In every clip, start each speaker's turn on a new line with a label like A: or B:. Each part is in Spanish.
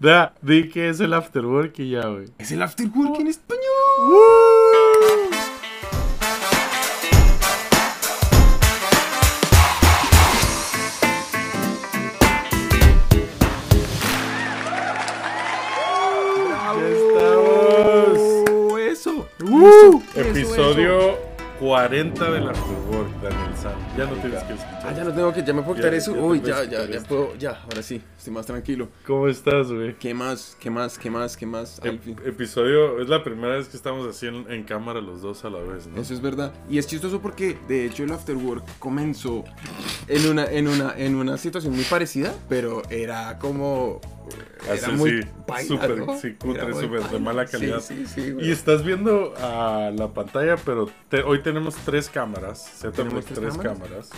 A: Da, di que es el afterwork y ya, güey.
B: Es el afterwork en español.
A: Ya estamos.
B: Oh, eso.
A: ¡Woo!
B: Eso,
A: Episodio 40 del afterwork, Daniel San. Ya no tienes que escuchar.
B: Ah, ya no tengo que, ya me puedo quitar
A: Ya,
B: eso.
A: ya te
B: Uy,
A: puedes
B: ya,
A: quitar
B: ya, ya
A: esto.
B: puedo, ya, ahora sí, estoy más tranquilo.
A: ¿Cómo estás, güey?
B: ¿Qué más? ¿Qué más? ¿Qué más? ¿Qué más? Al
A: Ep-
B: fin.
A: episodio, es la primera vez que estamos así en, en cámara los dos a la vez, ¿no?
B: Eso es verdad. Y es chistoso porque, de hecho, el Afterwork comenzó en una, en una, en una situación muy parecida, pero era como. Era
A: Así,
B: muy.
A: sí,
B: paila,
A: súper,
B: ¿no?
A: sí, cutre,
B: Era muy
A: súper de
B: paila.
A: mala calidad.
B: Sí, sí, sí, güey.
A: Y estás viendo a la pantalla, pero te- hoy tenemos tres cámaras. O sea, tenemos
B: ¿Tenemos
A: tres,
B: tres
A: cámaras?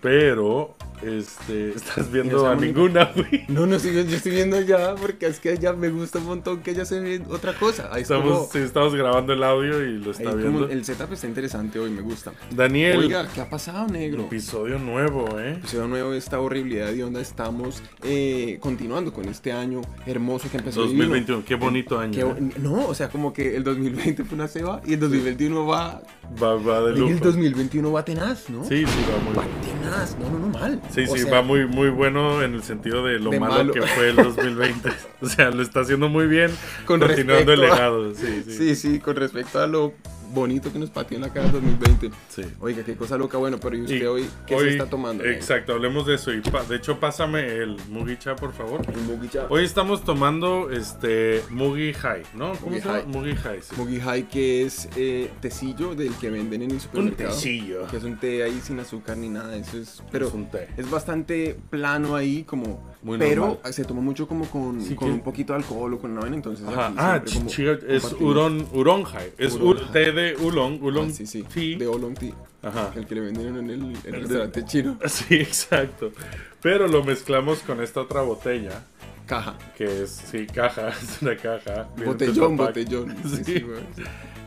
A: Pero, este, estás
B: Y
A: viendo
B: no
A: a
B: sea bonito.
A: ninguna, güey.
B: No, no, sí, yo, yo estoy viendo allá porque es que allá me gusta un montón que allá se ve otra cosa. Ahí
A: Estamos,
B: como-
A: sí, estamos grabando el audio y lo
B: ahí
A: está
B: como
A: viendo.
B: el setup está interesante hoy, me gusta.
A: Daniel,
B: Oiga, ¿qué ha pasado, negro?
A: episodio nuevo, ¿eh?
B: Episodio nuevo de esta horribilidad de onda. Estamos eh, continuando con este año hermoso que empezó. divino.
A: 2021, qué bonito año.
B: Pues, Qué
A: ¿eh?
B: bo- no, o sea, como que el 2020 fue una ceba y el 2021 va.
A: Va, va de
B: y el
A: lujo.
B: 2021 va tenaz, ¿no?
A: Sí, sí, va muy
B: Va
A: bueno.
B: tenaz, no, no, no mal.
A: Sí,
B: O
A: sí,
B: sea,
A: va muy, muy bueno en el sentido de lo
B: de
A: malo,
B: malo.
A: que fue el 2020. o sea, lo está haciendo muy bien,
B: Con
A: continuando el
B: respecto a-
A: legado. Sí, sí.
B: Sí, sí, con respecto a lo bonito que nos pateó en la cara el 2020.
A: sí.
B: Oiga, qué cosa loca, bueno, pero ¿y usted
A: Y
B: hoy qué
A: hoy-
B: se está tomando?
A: Exacto, hablemos de eso. Y pa- de hecho, pásame el Mugi Cha, por favor.
B: El Mugi Cha-
A: Hoy estamos tomando este Mugi High, ¿no? ¿Cómo
B: Mugi
A: se llama?
B: High.
A: Mugi High, sí.
B: Mugi High, que es eh, tecillo del que venden en el
A: Un
B: supermercado.
A: tecillo.
B: Que es un té ahí sin azúcar ni nada, eso es. Pero
A: Es un té.
B: es bastante plano ahí, como.
A: Muy
B: pero
A: normal.
B: se toma mucho como con,
A: Sí,
B: con
A: que-
B: un poquito de alcohol o con una vaina, entonces.
A: Ajá.
B: aquí
A: Ah,
B: siempre como
A: chichiga, es
B: compartimos.
A: Uron, Uron High. Es
B: Oolong
A: ur-
B: High.
A: té de Uron,
B: Ah,
A: Uron
B: sí, sí.
A: Tea.
B: De oolong tea,
A: Ajá.
B: el que le venden en el, en el restaurante chino.
A: Sí, exacto. Pero lo mezclamos con esta otra botella,
B: Caja.
A: que es, sí, caja, es una caja. Viene
B: Botellón,
A: Tetra Pak,
B: botellón.
A: Sí.
B: Sí, sí, güey.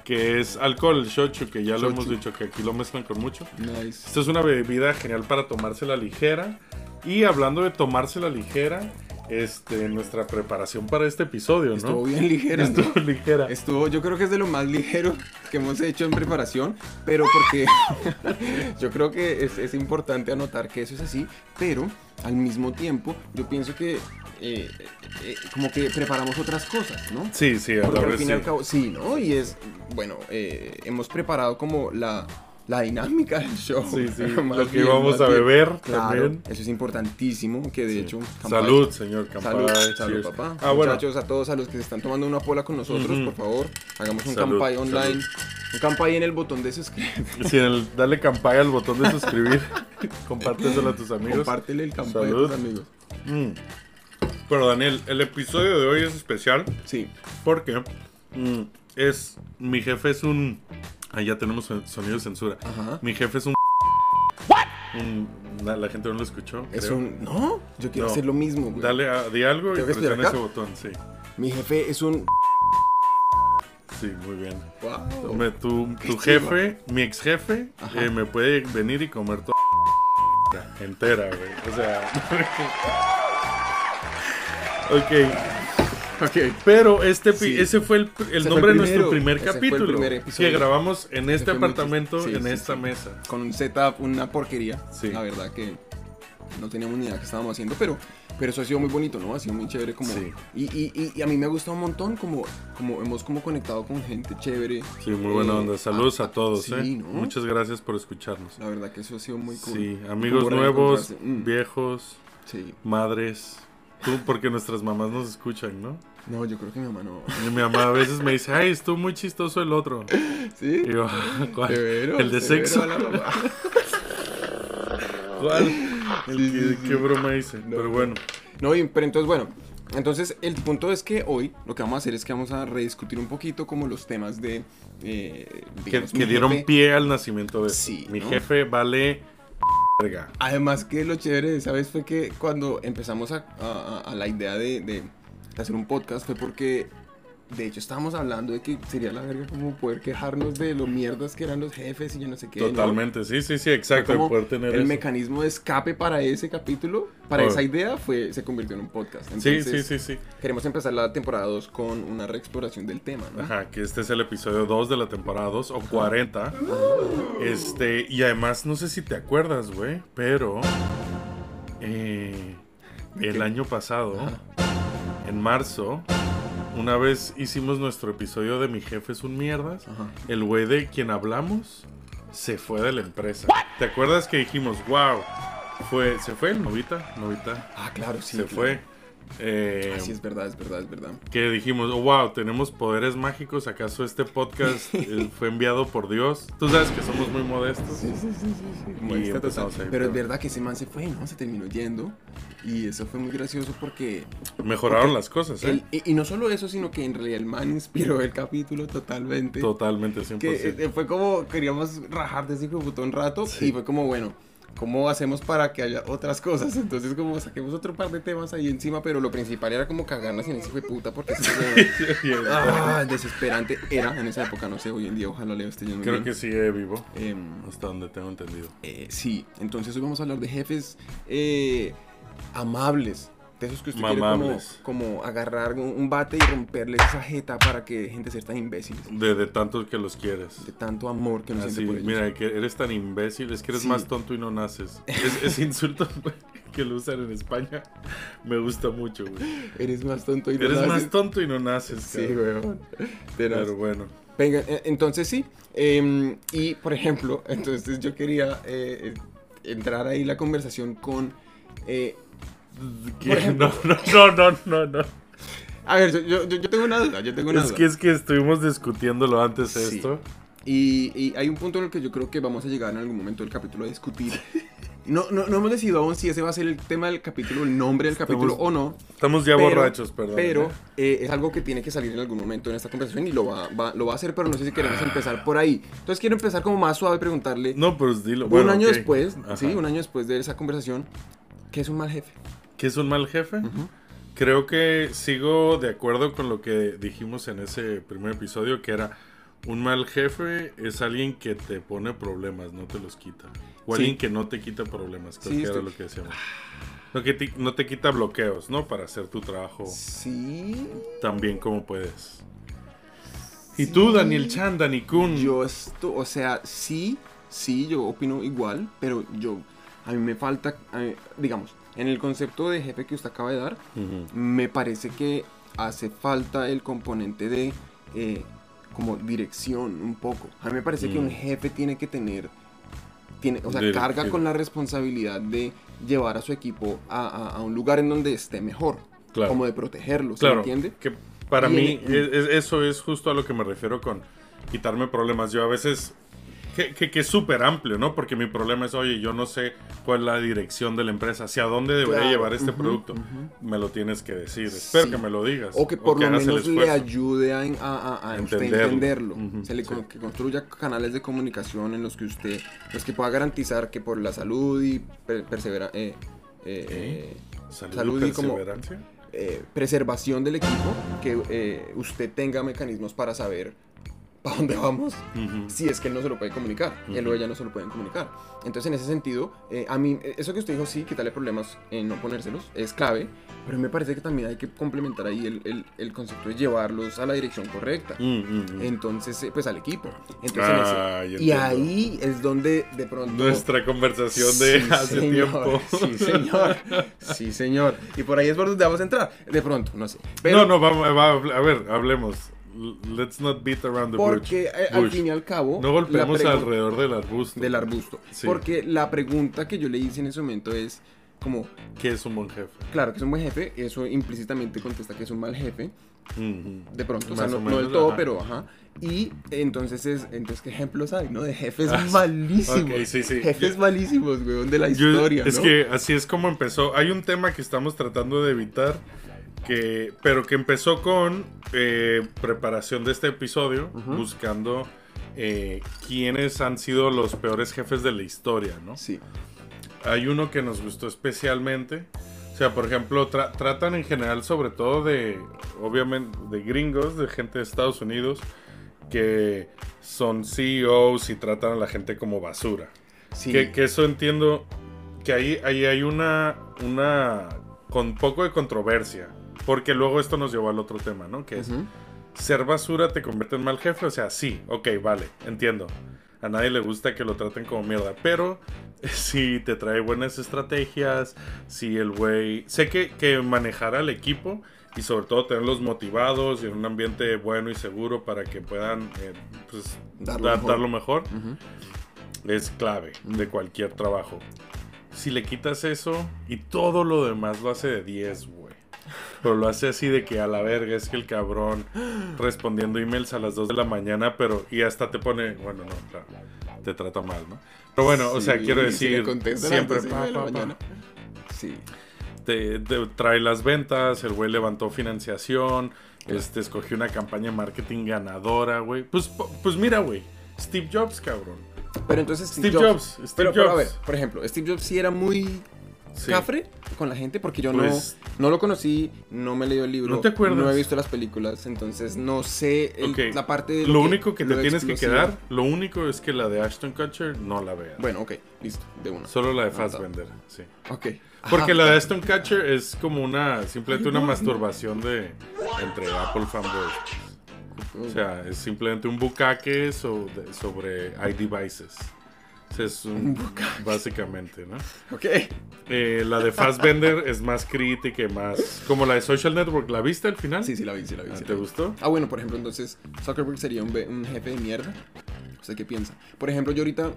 A: Que es alcohol, el shochu, que ya lo hemos
B: Shochu.
A: dicho, que aquí lo mezclan con mucho.
B: Nice.
A: Esta es una bebida genial para tomársela ligera. Y hablando de tomársela ligera, este, nuestra preparación para este episodio, ¿no?
B: Estuvo bien ligera. ¿no?
A: Estuvo ligera.
B: Estuvo, yo creo que es de lo más ligero que hemos hecho en preparación, pero porque yo creo que es, es importante anotar que eso es así, pero al mismo tiempo yo pienso que eh, eh, eh, como que preparamos otras cosas, ¿no?
A: Sí, sí, a la
B: Porque al
A: vez
B: fin y
A: sí.
B: al cabo, sí, ¿no? Y es, bueno, eh, hemos preparado como la, la dinámica del show.
A: Sí, sí,
B: más
A: lo que
B: bien,
A: íbamos
B: más
A: a
B: bien.
A: beber
B: Claro,
A: también.
B: eso es importantísimo, que de
A: Sí.
B: hecho... Campari-
A: Salud, señor Campari.
B: Salud, salud,
A: Cheers.
B: papá.
A: Ah, bueno.
B: Muchachos, a todos a los que se están tomando una pola con nosotros,
A: Ujú.
B: por favor, hagamos un
A: Salud,
B: campay online.
A: salud.
B: Un campay en el botón de suscribir.
A: Sí, el- dale Campari al botón de suscribir. Compárteselo a tus amigos.
B: Compártele el campay
A: Salud.
B: a tus amigos.
A: Mm. Pero Daniel, el episodio de hoy es especial
B: Sí,
A: porque mm, es. Mi jefe es un. Ah, ya tenemos son- sonido de censura.
B: ajá.
A: Mi jefe es un. Un- na- la gente no lo escuchó.
B: Es
A: creo.
B: un. No, yo quiero
A: No.
B: hacer lo mismo, güey.
A: Dale, a, di algo y
B: ¿Tengo que estudiar
A: presiona ese
B: acá?
A: botón, sí.
B: Mi jefe es un.
A: Sí, muy bien.
B: Wow.
A: Me- tu tu
B: chido.
A: jefe, mi ex jefe,
B: Oh, Ajá.
A: eh, me puede venir y comer toda entera, güey. O sea. ok.
B: Ok.
A: Pero este epi-
B: Sí.
A: ese fue el, pr- el
B: Ese
A: nombre
B: fue el
A: de nuestro
B: primero.
A: primer
B: Ese fue el
A: capítulo
B: primer
A: que
B: episodio.
A: grabamos en este
B: fue muy
A: apartamento,
B: chis- sí,
A: en
B: sí,
A: esta
B: sí.
A: mesa.
B: Con un setup, una porquería.
A: Sí.
B: La verdad que no teníamos ni idea que estábamos haciendo, pero, pero eso ha sido muy bonito, ¿no? Ha sido muy chévere como.
A: Sí.
B: Y, y, y, y a mí me ha gustado un montón como, como hemos como conectado con gente chévere.
A: Sí, muy buena
B: Eh,
A: onda. Saludos a, todos,
B: sí,
A: ¿eh?
B: ¿no?
A: Muchas gracias por escucharnos.
B: La verdad que eso ha sido muy cool.
A: Sí, amigos
B: Como
A: nuevos,
B: reencontrarse. Mm,
A: viejos,
B: Sí.
A: madres. Tú, porque nuestras mamás nos escuchan, ¿no?
B: No, yo creo que mi mamá no.
A: Y mi mamá a veces me dice, ay, estuvo muy chistoso el otro.
B: ¿Sí?
A: Y yo, "Ah, ¿cuál?
B: Severo,
A: el de
B: severo
A: sexo.
B: la mamá.
A: ¿Cuál?
B: Sí, sí,
A: ¿Qué,
B: sí. pues,
A: qué broma hice? Pero bueno,
B: No, y- pero entonces, bueno, entonces el punto es que hoy lo que vamos a hacer es que vamos a rediscutir un poquito como los temas de... eh,
A: que,
B: digamos,
A: que
B: mi
A: dieron
B: jefe.
A: pie al nacimiento de eso.
B: Sí,
A: Mi
B: ¿no?
A: jefe vale verga.
B: Además que lo chévere de esa vez fue que cuando empezamos a, a- a- a la idea de, de- de hacer un podcast fue porque De hecho, estábamos hablando de que sería la verga como poder quejarnos de lo mierdas que eran los jefes y yo no sé qué. ¿no?
A: Totalmente, sí, sí, sí,
B: Fue
A: exacto.
B: como
A: poder tener
B: el
A: eso.
B: mecanismo de escape para ese capítulo, para
A: Oh.
B: esa idea, fue se convirtió en un podcast.
A: Sí,
B: Entonces,
A: sí, sí, sí.
B: Queremos empezar la temporada 2 con una reexploración del tema, ¿no?
A: Ajá, que este es el episodio 2 de la temporada 2 o 40. Este, y además, no sé si te acuerdas, güey, pero eh, el año pasado, en marzo, una vez hicimos nuestro episodio de Mi jefe es un mierdas,
B: Ajá.
A: el güey de quien hablamos se fue de la empresa. ¿Te acuerdas que dijimos, wow, fue, se fue el novita? Novita
B: Ah, claro, sí.
A: se
B: claro.
A: fue. Eh,
B: Ah, sí, es verdad, es verdad, es verdad.
A: que dijimos, "Oh, wow, tenemos poderes mágicos, ¿acaso este podcast eh, fue enviado por Dios? Tú sabes que somos muy modestos.
B: Sí, sí, sí, sí, sí. Como
A: Y
B: esta total.
A: empezamos ahí,
B: Pero
A: pero-
B: es verdad que ese man se fue, ¿no? Se terminó yendo. Y eso fue muy gracioso porque...
A: Mejoraron
B: Ok.
A: las cosas, ¿eh?
B: él- y, y no solo eso, sino que en realidad el man inspiró el capítulo totalmente.
A: Totalmente, 100%.
B: que eh, fue como queríamos rajar de ese hijo de puta un rato y fue como bueno cómo hacemos para que haya otras cosas entonces como saquemos otro par de temas ahí encima pero lo principal era como cagarnos en ese hijo de puta porque ese huevón-
A: Y, eh,
B: ah, desesperante era en esa época no sé hoy en día ojalá le esté yendo
A: Creo
B: bien.
A: que sigue vivo,
B: Em,
A: hasta donde tengo entendido.
B: eh, sí, entonces hoy vamos a hablar de jefes eh, amables. De esos que usted
A: Mamables.
B: quiere como, como agarrar un, un bate y romperle esa jeta para que gente sea tan imbécil.
A: De, de tanto que los quieres.
B: De tanto amor que nos
A: Así,
B: siente por ellos.
A: mira, que eres tan imbécil, es que eres
B: Sí.
A: más tonto y no naces. Es, es insulto güey, que lo usan en España. Me gusta mucho, güey.
B: Eres más tonto y no
A: Eres
B: naces.
A: más tonto y no naces,
B: Sí,
A: cabrón.
B: weón. Tenaz.
A: Pero bueno.
B: Venga, eh, entonces sí. em, y por ejemplo, entonces yo quería eh, eh, entrar ahí la conversación con. eh,
A: ¿Qué? No, no, no, no, no, no.
B: a ver, yo, yo- yo- yo tengo una duda. Yo tengo una
A: Es
B: duda.
A: que es que estuvimos discutiéndolo antes de
B: Sí.
A: esto.
B: Y, y hay un punto en el que yo creo que vamos a llegar en algún momento del capítulo a discutir. No, no, no hemos decidido aún si ese va a ser el tema del capítulo, el nombre del
A: Estamos
B: capítulo o no.
A: Estamos ya
B: pero-
A: borrachos, perdón.
B: Pero
A: ¿eh?
B: eh, es algo que tiene que salir en algún momento en esta conversación y lo va, va- lo va a hacer, pero no sé si queremos empezar por ahí. Entonces quiero empezar como más suave preguntarle.
A: No, pues dilo. Bueno,
B: un año
A: ok.
B: después,
A: Ajá.
B: sí, un año después de esa conversación, ¿qué es un mal jefe?
A: ¿Qué es un mal jefe? Creo que sigo de acuerdo con lo que dijimos en ese primer episodio, que era un mal jefe es alguien que te pone problemas, no te los quita. O
B: Sí.
A: alguien que no te quita problemas, creo
B: Sí,
A: que era
B: estoy-
A: lo que decíamos. No, que te- no te quita bloqueos, ¿no? Para hacer tu trabajo
B: Sí.
A: tan bien como puedes. Y tú, Daniel Chan, Dani Kun.
B: Yo esto, o sea, sí, sí, yo opino igual, pero yo, a mí me falta, a mí- digamos, en el concepto de jefe que usted acaba de dar,
A: Ujú.
B: me parece que hace falta el componente de eh, como dirección un poco. A mí me parece que
A: Mm.
B: un jefe tiene que tener, tiene, o sea,
A: Directivo.
B: carga con la responsabilidad de llevar a su equipo a, a- a un lugar en donde esté mejor,
A: Claro.
B: como de protegerlo, ¿se
A: Claro,
B: entiende?
A: Que para
B: Y
A: mí
B: en-
A: es- es- eso es justo a lo que me refiero con quitarme problemas. Yo a veces... Que, que- que es súper amplio, ¿no? Porque mi problema es, oye, yo no sé cuál es la dirección de la empresa, hacia dónde debería
B: Claro,
A: llevar este
B: ujú,
A: producto.
B: ujú.
A: Me lo tienes que decir, espero
B: Sí.
A: Pues, que me lo digas.
B: O que por lo
A: hagas el
B: menos le
A: esfuerzo.
B: ayude a, a- a- a usted
A: Entenderlo.
B: entenderlo.
A: Ujú,
B: Se le
A: sí.
B: con- que construya canales de comunicación en los que usted, los que pueda garantizar que por la salud y per- persevera, eh, eh,
A: ¿Eh?
B: eh,
A: Salud,
B: salud
A: y
B: y como-
A: perseverancia.
B: eh, preservación del equipo, que eh, usted tenga mecanismos para saber para dónde vamos,
A: Ujú.
B: si es que él no se lo puede comunicar, él o
A: Ujú.
B: ella no se lo pueden comunicar. Entonces, en ese sentido, eh, a mí, eh, eso que usted dijo, sí, quitarle problemas en no ponérselos, es clave, pero me parece que también hay que complementar ahí el, el- el concepto de llevarlos a la dirección correcta.
A: Mm, mm, mm.
B: Entonces, eh, pues al equipo. Entonces, en ese-
A: Ah, ya
B: y
A: entiendo.
B: ahí es donde de pronto...
A: Nuestra conversación de
B: Sí,
A: hace
B: señor.
A: tiempo.
B: Sí, señor. Sí, señor. Y por ahí es por donde vamos a entrar. De pronto, no sé. Pero
A: no, no, vamos, va- a ver, hablemos. L- Let's not beat around the bush.
B: porque eh, al
A: bush.
B: fin y al cabo.
A: No golpeemos
B: la pregu-
A: alrededor del arbusto.
B: Del arbusto.
A: Sí.
B: Porque la pregunta que yo le hice en ese momento es como,
A: Que es un buen jefe.
B: claro que es un buen jefe, eso implícitamente contesta que es un mal jefe,
A: Ujú.
B: de pronto, o sea,
A: Más
B: no,
A: o
B: no del
A: menos,
B: todo,
A: ajá.
B: pero ajá. Y entonces es, entonces qué ejemplos hay, ¿no? De jefes
A: Ah, sí.
B: malísimos.
A: Ok, sí, sí.
B: Jefes
A: Yo-
B: malísimos, weón, de la
A: Yo-
B: historia,
A: Es
B: ¿no?
A: que así es como empezó. Hay un tema que estamos tratando de evitar, que, pero que empezó con eh, preparación de este episodio,
B: Ujú.
A: buscando eh, quiénes han sido los peores jefes de la historia, ¿no?
B: Sí.
A: Hay uno que nos gustó especialmente, O sea, por ejemplo, tra- tratan en general sobre todo de, obviamente, de gringos, de gente de Estados Unidos, que son CEOs y tratan a la gente como basura.
B: Sí.
A: Que, que eso entiendo, que ahí, ahí hay una, una, con poco de controversia, porque luego esto nos llevó al otro tema, ¿no? Que es,
B: Ujú.
A: ser basura te convierte en mal jefe. O sea, sí, ok, vale, entiendo. A nadie le gusta que lo traten como mierda. Pero si te trae buenas estrategias, si el güey. Sé que, que manejar al equipo y sobre todo tenerlos motivados y en un ambiente bueno y seguro para que puedan eh, pues,
B: Dar
A: dar,
B: lo mejor.
A: dar lo mejor
B: Ujú.
A: es clave de cualquier trabajo. Si le quitas eso y todo lo demás lo hace de 10, güey. Pero lo hace así de que a la verga es que el cabrón respondiendo emails a las 2 de la mañana, pero y hasta te pone, bueno, no, claro, te trata mal, ¿no? Pero bueno, o sea,
B: Sí,
A: quiero
B: y si le
A: decir,
B: contestan a las
A: siempre
B: seis
A: pa,
B: de la
A: pa, pa.
B: mañana. Sí.
A: Te, te trae las ventas, el güey levantó financiación, este escogió una campaña de marketing ganadora, güey. Pues po- pues mira, güey, Steve Jobs, cabrón.
B: Pero entonces Steve,
A: Steve
B: Jobs.
A: Jobs, Steve
B: pero, pero, a ver,
A: Jobs.
B: por ejemplo, Steve Jobs sí era muy
A: Sí.
B: cafre con la gente porque yo
A: Pues-
B: no, no lo conocí, no me leí el libro,
A: ¿No te acuerdas?
B: no he visto las películas, entonces no sé el-
A: Ok.
B: la parte de
A: Lo único que
B: lo
A: te tienes que
B: explosivo.
A: quedar, lo único es que la de Ashton Kutcher no la veas.
B: Bueno, ok, listo, de una.
A: Solo la de
B: Anotado.
A: Fassbender, sí.
B: Ok.
A: Porque
B: Ajá.
A: la de Ashton Kutcher es como una, simplemente una masturbación de entre Apple fanboys. O sea, es simplemente un bucaque so- de- sobre iDevices. O sea, es un, básicamente, ¿no?
B: Ok.
A: Eh, la de Fassbender es más crítica y más... Como la de Social Network, ¿la viste al final?
B: Sí, sí, la vi, sí, la vi.
A: Ah,
B: sí la
A: ¿Te
B: vi.
A: gustó?
B: Ah, bueno, por ejemplo, entonces Zuckerberg sería un, be- un jefe de mierda. ¿Usted qué piensa? Por ejemplo, yo ahorita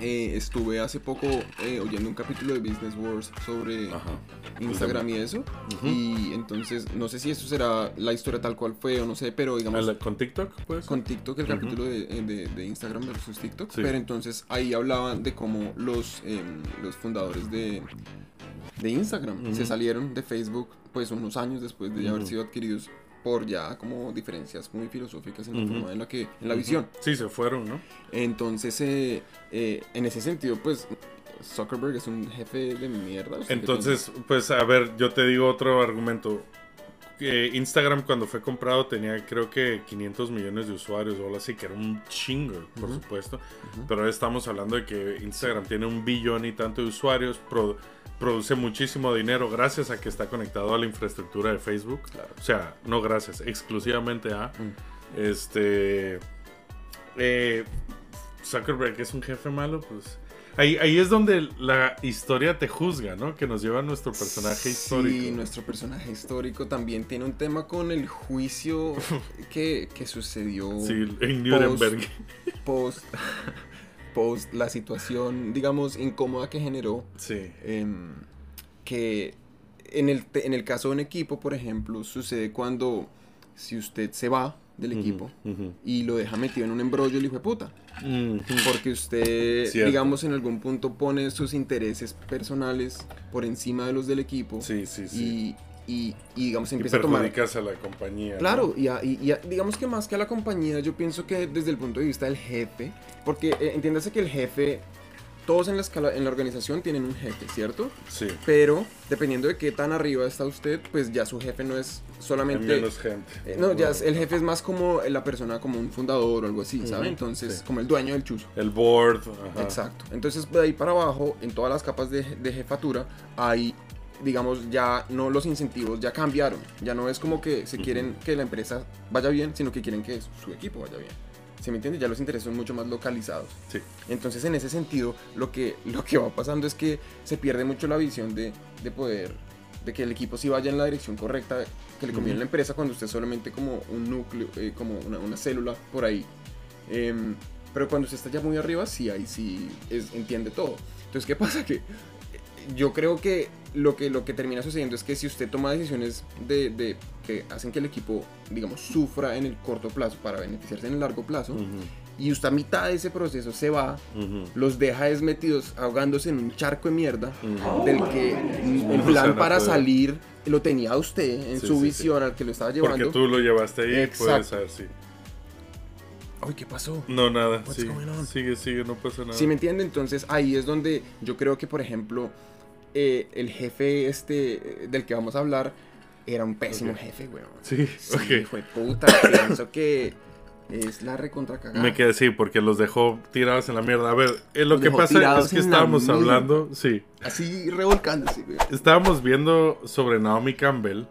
B: eh, estuve hace poco eh, oyendo un capítulo de Business Wars sobre
A: Ajá.
B: Instagram y eso. Y entonces, no sé si eso será la historia tal cual fue o no sé, pero
A: ¿A
B: digamos
A: la- ¿Con TikTok, pues?
B: con TikTok, el capítulo de, eh, de- de Instagram versus TikTok.
A: Sí.
B: Pero entonces ahí hablaban de cómo los, em, los fundadores de, de Instagram se
A: Ujú.
B: salieron de Facebook pues unos años después de ya haber
A: Ujú.
B: sido adquiridos por ya como diferencias muy filosóficas en la
A: Ujú.
B: forma en la que en la visión.
A: Sí, se fueron, ¿no?
B: Entonces, eh, eh, en ese sentido, pues Zuckerberg es un jefe de mierda. ¿usted qué
A: Entonces, pues a ver, yo te digo otro argumento. Eh, Instagram cuando fue comprado tenía creo que 500 millones de usuarios o algo así, que era un chingo, por supuesto. Pero ahora estamos hablando de que Instagram tiene un billón y tanto de usuarios, pro- produce muchísimo dinero gracias a que está conectado a la infraestructura de Facebook. O sea, no gracias, exclusivamente a... Este... eh, Zuckerberg es un jefe malo, pues... Ahí, ahí es donde la historia te juzga, ¿no? Que nos lleva a nuestro personaje
B: Sí,
A: histórico.
B: nuestro personaje histórico también tiene un tema con el juicio que, que sucedió
A: Sí, en Nuremberg.
B: post, post la situación, digamos, incómoda que generó.
A: Sí.
B: em, que en el, te- en el caso de un equipo, por ejemplo, sucede cuando si usted se va del equipo
A: Ujú. Mm.
B: y lo deja metido en un embrollo, el hijo de puta.
A: Ujú.
B: Porque usted,
A: Cierto.
B: digamos, en algún punto pone sus intereses personales por encima de los del equipo.
A: Sí, sí, sí.
B: Y, y- y, digamos,
A: Y,
B: empieza a tomar.
A: perjudicas a la compañía. ¿no?
B: Claro, y, a- y- y a- digamos que más que a la compañía, yo pienso que desde el punto de vista del jefe, porque eh, entiéndase que el jefe, todos en la, escala- en la organización tienen un jefe, ¿cierto?
A: Sí.
B: Pero dependiendo de qué tan arriba está usted, pues ya su jefe no es
A: Hay
B: solamente...
A: menos gente.
B: Eh, no, ya es- el jefe es más como la persona, como un fundador o algo así, ¿sabe?
A: Ujú,
B: Entonces,
A: sí.
B: como el dueño del chuzo.
A: El board. ajá.
B: Exacto. Entonces, de ahí para abajo, en todas las capas de, de jefatura, hay, digamos, ya no los incentivos ya cambiaron. Ya no es como que se quieren que la empresa vaya bien, sino que quieren que su su equipo vaya bien. ¿Se me entiende? Ya los intereses son mucho más localizados.
A: Sí.
B: Entonces, en ese sentido, lo que, lo que va pasando es que se pierde mucho la visión de, de poder, de que el equipo sí vaya en la dirección correcta que le conviene a la empresa cuando usted es solamente como un núcleo, eh, como una, una célula por ahí. Em, pero cuando usted está ya muy arriba, sí, ahí sí es- entiende todo. Entonces, ¿qué pasa? Que eh, yo creo que lo que, lo que termina sucediendo es que si usted toma decisiones de, de- que hacen que el equipo, digamos, sufra en el corto plazo para beneficiarse en el largo plazo,
A: Ujú,
B: y usted a mitad de ese proceso se va,
A: ujú.
B: los deja desmetidos ahogándose en un charco de mierda
A: Ujú.
B: del que el
A: No se van
B: plan
A: a
B: para
A: poder.
B: salir lo tenía usted en
A: pues. Sí, sí,
B: su
A: sí.
B: visión al que lo estaba
A: Porque
B: llevando.
A: tú lo llevaste ahí, puedes
B: Exacto.
A: saber, sí.
B: Ay, ¿qué pasó?
A: No, nada.
B: What's
A: sigue,
B: going on?
A: sigue, sigue, no pasa nada.
B: ¿Sí me entiende? Entonces ahí es donde yo creo que, por ejemplo, eh, el jefe este eh, del que vamos a hablar era un pésimo
A: Ok.
B: jefe, weón.
A: Sí,
B: Sí,
A: ok.
B: fue puta, pienso que es la recontracagada.
A: Me quedé, sí, porque los dejó tirados en la mierda. A ver, eh, lo
B: Los
A: que
B: dejó
A: pasa
B: tirados
A: es que
B: en la
A: estábamos
B: mierda.
A: hablando, sí,
B: Así revolcándose, weón.
A: estábamos viendo sobre Naomi Campbell.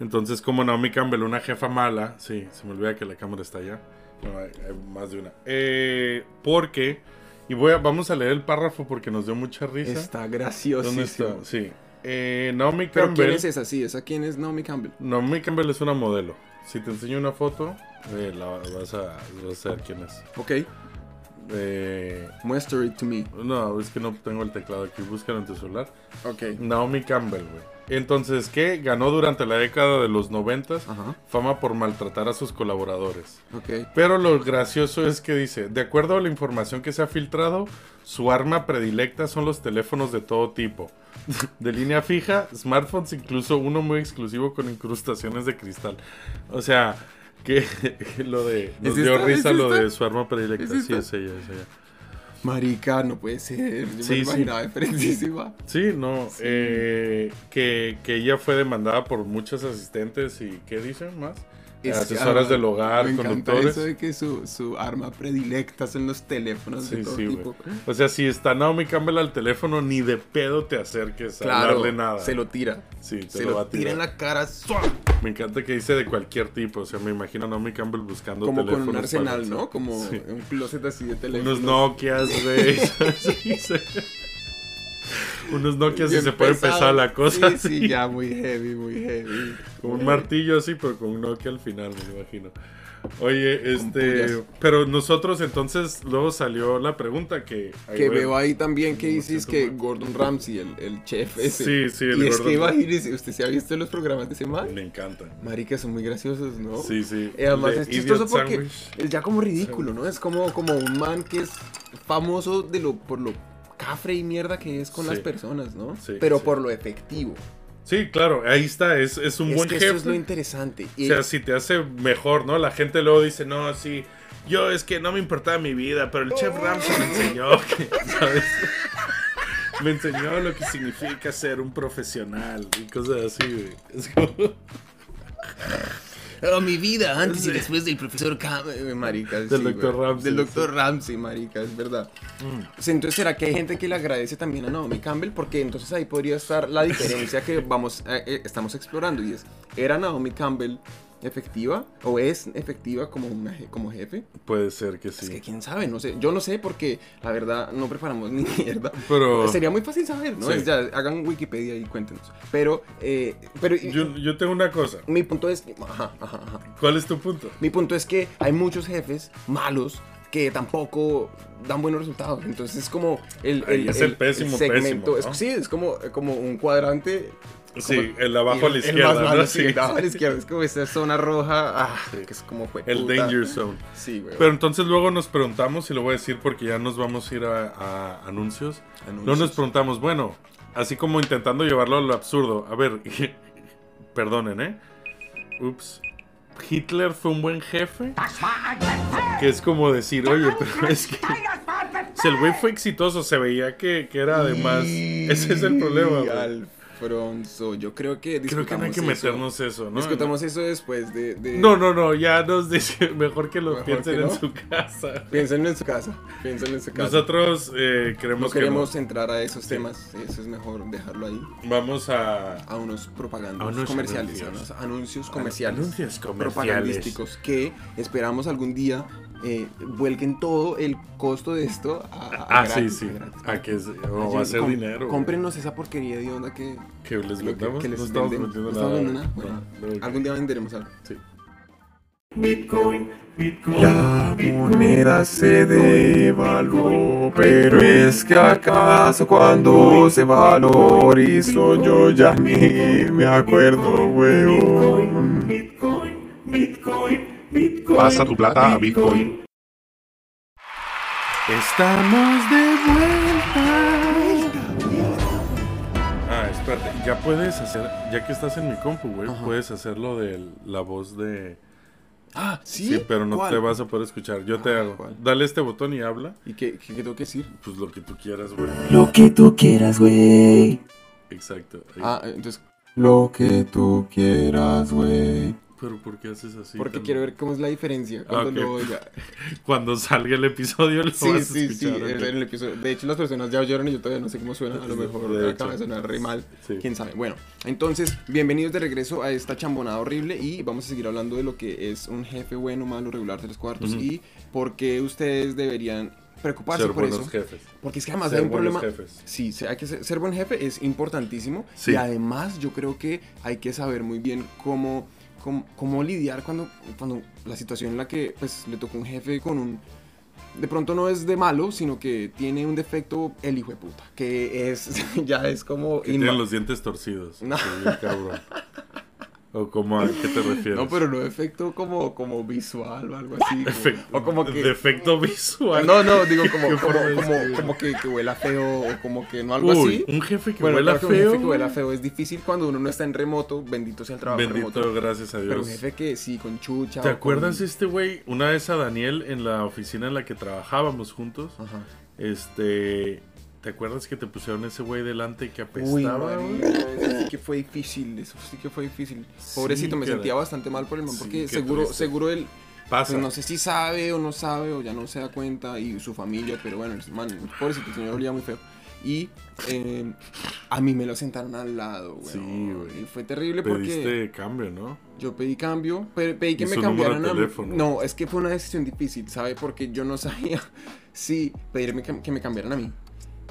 A: Entonces, como Naomi Campbell, una jefa mala, sí, se me olvida que la cámara está allá. No, hay, hay más de una. Eh, porque, y voy a- vamos a leer el párrafo porque nos dio mucha risa.
B: Está gracioso.
A: ¿Dónde está? Sí. Eh, Naomi
B: Pero ¿quién
A: Campbell.
B: es esa? Sí, esa quién es Naomi Campbell.
A: Naomi Campbell es una modelo. Si te enseño una foto, eh, la vas a, vas a ver quién es.
B: Ok,
A: Eh,
B: muestra it to me.
A: no, es que no tengo el teclado aquí. Búscalo en tu celular.
B: Ok.
A: Naomi Campbell, güey. Entonces, ¿qué? Ganó durante la década de los noventas
B: Ajá.
A: fama por maltratar a sus colaboradores.
B: Ok.
A: Pero lo gracioso es que dice, de acuerdo a la información que se ha filtrado, su arma predilecta son los teléfonos de todo tipo. De línea fija, smartphones, incluso uno muy exclusivo con incrustaciones de cristal. O sea, que que lo de... Nos
B: ¿Es
A: dio
B: esta?
A: risa
B: ¿Es
A: lo
B: esta?
A: de su arma predilecta.
B: ¿Es
A: sí,
B: esta?
A: es ella, es ella.
B: Marica, no puede ser.
A: Sí,
B: Yo me
A: sí.
B: lo imaginaba diferentísima.
A: Sí, no. eh, que, que ella fue demandada por muchas asistentes y... ¿Qué dicen más?
B: Es que,
A: Asesoras
B: ah,
A: del hogar,
B: me encanta
A: conductores.
B: eso de que su, su arma predilecta son los teléfonos de
A: Sí,
B: todo
A: sí,
B: tipo.
A: güey. O sea, si está Naomi Campbell al teléfono, ni de pedo te acerques a
B: Claro,
A: hablarle nada.
B: se lo tira.
A: Sí, te
B: Se
A: lo
B: lo,
A: va a tirar.
B: tira en la cara ¡sua!
A: Me encanta que dice de cualquier tipo. O sea, me imagino a Naomi Campbell buscando
B: como
A: teléfonos.
B: con un
A: para
B: arsenal,
A: usar.
B: ¿no? Como
A: Sí.
B: un closet así de teléfonos.
A: Unos Nokias, güey. Sí, sí. Unos Nokias y
B: Bien
A: se puede
B: pesado.
A: pesar la cosa.
B: Sí, sí,
A: así.
B: ya muy heavy, muy heavy.
A: Como un martillo así, pero con un Nokia al final, me imagino. Oye, este.
B: pulgas.
A: Pero nosotros entonces luego salió la pregunta que. ahí
B: Que
A: voy-
B: veo ahí también que dices
A: siento
B: que
A: mal.
B: Gordon Ramsay, el, el chef ese.
A: Sí, sí, el Gordon
B: Y es que
A: Ramsay.
B: imagínese, ¿usted se ha visto los programas de ese man?
A: Me encanta.
B: Marica, son muy graciosos, ¿no?
A: Sí, sí.
B: Y además
A: De
B: es chistoso
A: Idiot
B: porque
A: Sandwich.
B: es ya como ridículo, ¿no? Es como, como un man que es famoso de lo, por lo cafre y mierda que es con
A: Sí.
B: las personas, ¿no?
A: Sí,
B: Pero
A: sí.
B: por lo efectivo.
A: Sí, claro, ahí está, es, es un
B: es
A: buen
B: que
A: jefe.
B: eso es lo interesante.
A: O
B: Y
A: sea, si te hace mejor, ¿no? La gente luego dice, no, sí, yo es que no me importaba mi vida, pero el chef Ramsay me enseñó, que, ¿sabes? Me enseñó lo que significa ser un profesional y cosas así, güey. Es como-
B: Oh, mi vida antes y después del profesor Cam eh, marica,
A: Del Dr.
B: güey.
A: Ramsey, Mm.
B: Del doctor Ramsey, marica, es verdad. O sea, entonces, ¿será que hay gente que le agradece también a Naomi Campbell? Porque entonces ahí podría estar la diferencia que vamos, eh, eh, estamos explorando y es, ¿era Naomi Campbell efectiva o es efectiva como, una je- como jefe?
A: Puede ser que
B: Es que
A: sí.
B: quién sabe, no sé, yo no sé porque la verdad no preparamos ni mierda.
A: Pero
B: Sería muy fácil saber, ¿no?
A: Sí.
B: Es ya, hagan Wikipedia y cuéntenos. Pero, eh, pero y-
A: yo, yo tengo una cosa.
B: mi punto es, ajá, ajá, ajá.
A: ¿Cuál es tu punto?
B: Mi punto es que hay muchos jefes malos que tampoco dan buenos resultados. Entonces es como el,
A: Ay, es el pésimo, pésimo,
B: es-
A: ¿no?
B: sí, es como, como un cuadrante.
A: Sí,
B: como-
A: el abajo a la
B: el- el
A: izquierda,
B: más
A: ¿no?
B: malo, sí,
A: Sí,
B: el abajo a
A: sí.
B: la izquierda. Es como esa zona roja. ah,
A: Sí.
B: que es como fue.
A: El
B: puta.
A: Danger Zone.
B: Sí, güey.
A: Pero entonces luego nos preguntamos, y lo voy a decir porque ya nos vamos a ir a, a anuncios.
B: Anuncios.
A: No nos preguntamos, bueno, así como intentando llevarlo a lo absurdo. A ver, perdonen, ¿eh? Ups. ¿Hitler fue un buen jefe? Que es como decir, oye, pero es que si el güey fue exitoso, se veía que, que era además... Ese es el problema.
B: Y,
A: güey.
B: Alfonso, yo creo que.
A: Creo que no hay que
B: discutamos eso.
A: meternos eso, ¿no?
B: Discutamos eso después de. de-
A: No, no, no, ya nos dice, mejor que lo
B: Mejor
A: piensen
B: que
A: en
B: no.
A: su casa.
B: Piénsenlo en su casa. Piénsenlo en su casa.
A: Nosotros eh, creemos
B: No
A: que no.
B: queremos entrar a esos temas, eso es mejor dejarlo ahí.
A: Vamos a...
B: A unos propagandas
A: A unos
B: comerciales,
A: anuncios.
B: a unos anuncios comerciales.
A: Anuncios comerciales.
B: Propagandísticos que esperamos algún día eh, vuelquen todo el costo de esto a. a
A: Ah, sí,
B: gratis,
A: sí.
B: a gratis.
A: A que se- o
B: Ayuden,
A: va a ser
B: com-
A: dinero. güey.
B: Cómprenos esa porquería de onda que,
A: Que les
B: lo que-
A: vendamos.
B: que les
A: no estamos
B: venden.
A: vendiendo
B: ¿No
A: nada.
B: estamos vendiendo nada? Bueno, Ah,
A: No, no,
B: algún día venderemos algo.
A: sí.
C: Bitcoin, Bitcoin. La moneda se devaluó, pero es que acaso cuando se valorizó yo ya ni me acuerdo, weón. Bitcoin, Bitcoin, Bitcoin. Pasa tu plata a Bitcoin.
A: Estamos de vuelta. Ah, espérate. Ya puedes hacer. Ya que estás en mi compu, güey,
B: Ajá.
A: puedes hacer lo de la voz de.
B: Ah, sí.
A: Sí, pero no
B: ¿Cuál?
A: te vas a poder escuchar. Yo te
B: Ah,
A: hago.
B: ¿cuál?
A: Dale este botón y habla.
B: ¿Y qué, qué tengo que decir?
A: Pues lo que tú quieras, güey.
D: Lo que tú quieras, güey.
A: Exacto. ahí.
B: Ah, entonces,
C: Lo que tú quieras, güey.
A: Pero ¿por qué haces así?
B: porque
A: tan-
B: quiero ver cómo es la diferencia cuando
A: Ah, ok.
B: lo oiga.
A: Cuando salga el episodio lo
B: Sí,
A: vas a
B: sí, sí.
A: escuchar.
B: en
A: ok.
B: el episodio. De hecho, las personas ya oyeron y yo todavía no sé cómo suena. A lo
A: De
B: mejor
A: hecho.
B: acaba de sonar re mal.
A: Sí.
B: Quién sabe. Bueno, entonces, bienvenidos de regreso a esta chambonada horrible y vamos a seguir hablando de lo que es un jefe bueno, malo, regular, tres cuartos
A: Ujú.
B: y por qué ustedes deberían preocuparse
A: Ser
B: por
A: buenos
B: eso.
A: jefes.
B: Porque es que además
A: Ser
B: hay un
A: buenos
B: problema.
A: jefes.
B: Sí, se- hay que ser, ser buen jefe es importantísimo.
A: Sí.
B: Y además yo creo que hay que saber muy bien cómo, cómo, cómo lidiar cuando, cuando la situación en la que pues, le tocó un jefe con un... De pronto no es de malo, sino que tiene un defecto el hijo de puta. Que es, ya es como...
A: Que
B: inma-
A: tienen los dientes torcidos.
B: No.
A: Sí, bien cabrón. ¿O cómo a qué te refieres?
B: No, pero no defecto como, como visual o algo así. como-
A: Efecto-
B: o como que...
A: Defecto visual.
B: No, no, digo como,
A: Qué
B: como,
A: forma de
B: como,
A: escribir.
B: como que, que huela feo o como que no algo
A: Uy,
B: así.
A: un jefe que
B: bueno,
A: huela
B: claro que
A: feo.
B: un jefe que huela feo es difícil cuando uno no está en remoto, bendito sea el trabajo
A: Bendito,
B: remoto.
A: gracias a
B: Pero un
A: Dios.
B: jefe que sí, con chucha.
A: ¿Te
B: o con-
A: acuerdas este güey? Una vez a Daniel en la oficina en la que trabajábamos juntos,
B: Ajá.
A: este, ¿te acuerdas que te pusieron ese güey delante que
B: Uy,
A: apestaba? güey?
B: marica, eso sí que fue difícil, eso sí que fue difícil. Pobrecito, me
A: cara.
B: sentía bastante mal por el man,
A: Sí,
B: porque
A: qué
B: seguro,
A: triste.
B: seguro él, pues,
A: Pasa.
B: no sé si sabe o no sabe, o ya no se da cuenta, y su familia, pero bueno, el man, pobrecito, el señor olía muy feo. Y eh, a mí me lo sentaron al lado, güey.
A: Sí, güey.
B: Y fue terrible porque...
A: Pediste cambio, ¿no?
B: Yo pedí cambio, pe- pedí que
A: Y
B: me
A: su número de
B: cambiaran a...
A: teléfono.
B: No, es que fue una decisión difícil, ¿sabe? Porque yo no sabía si pedirme que, que me cambiaran a mí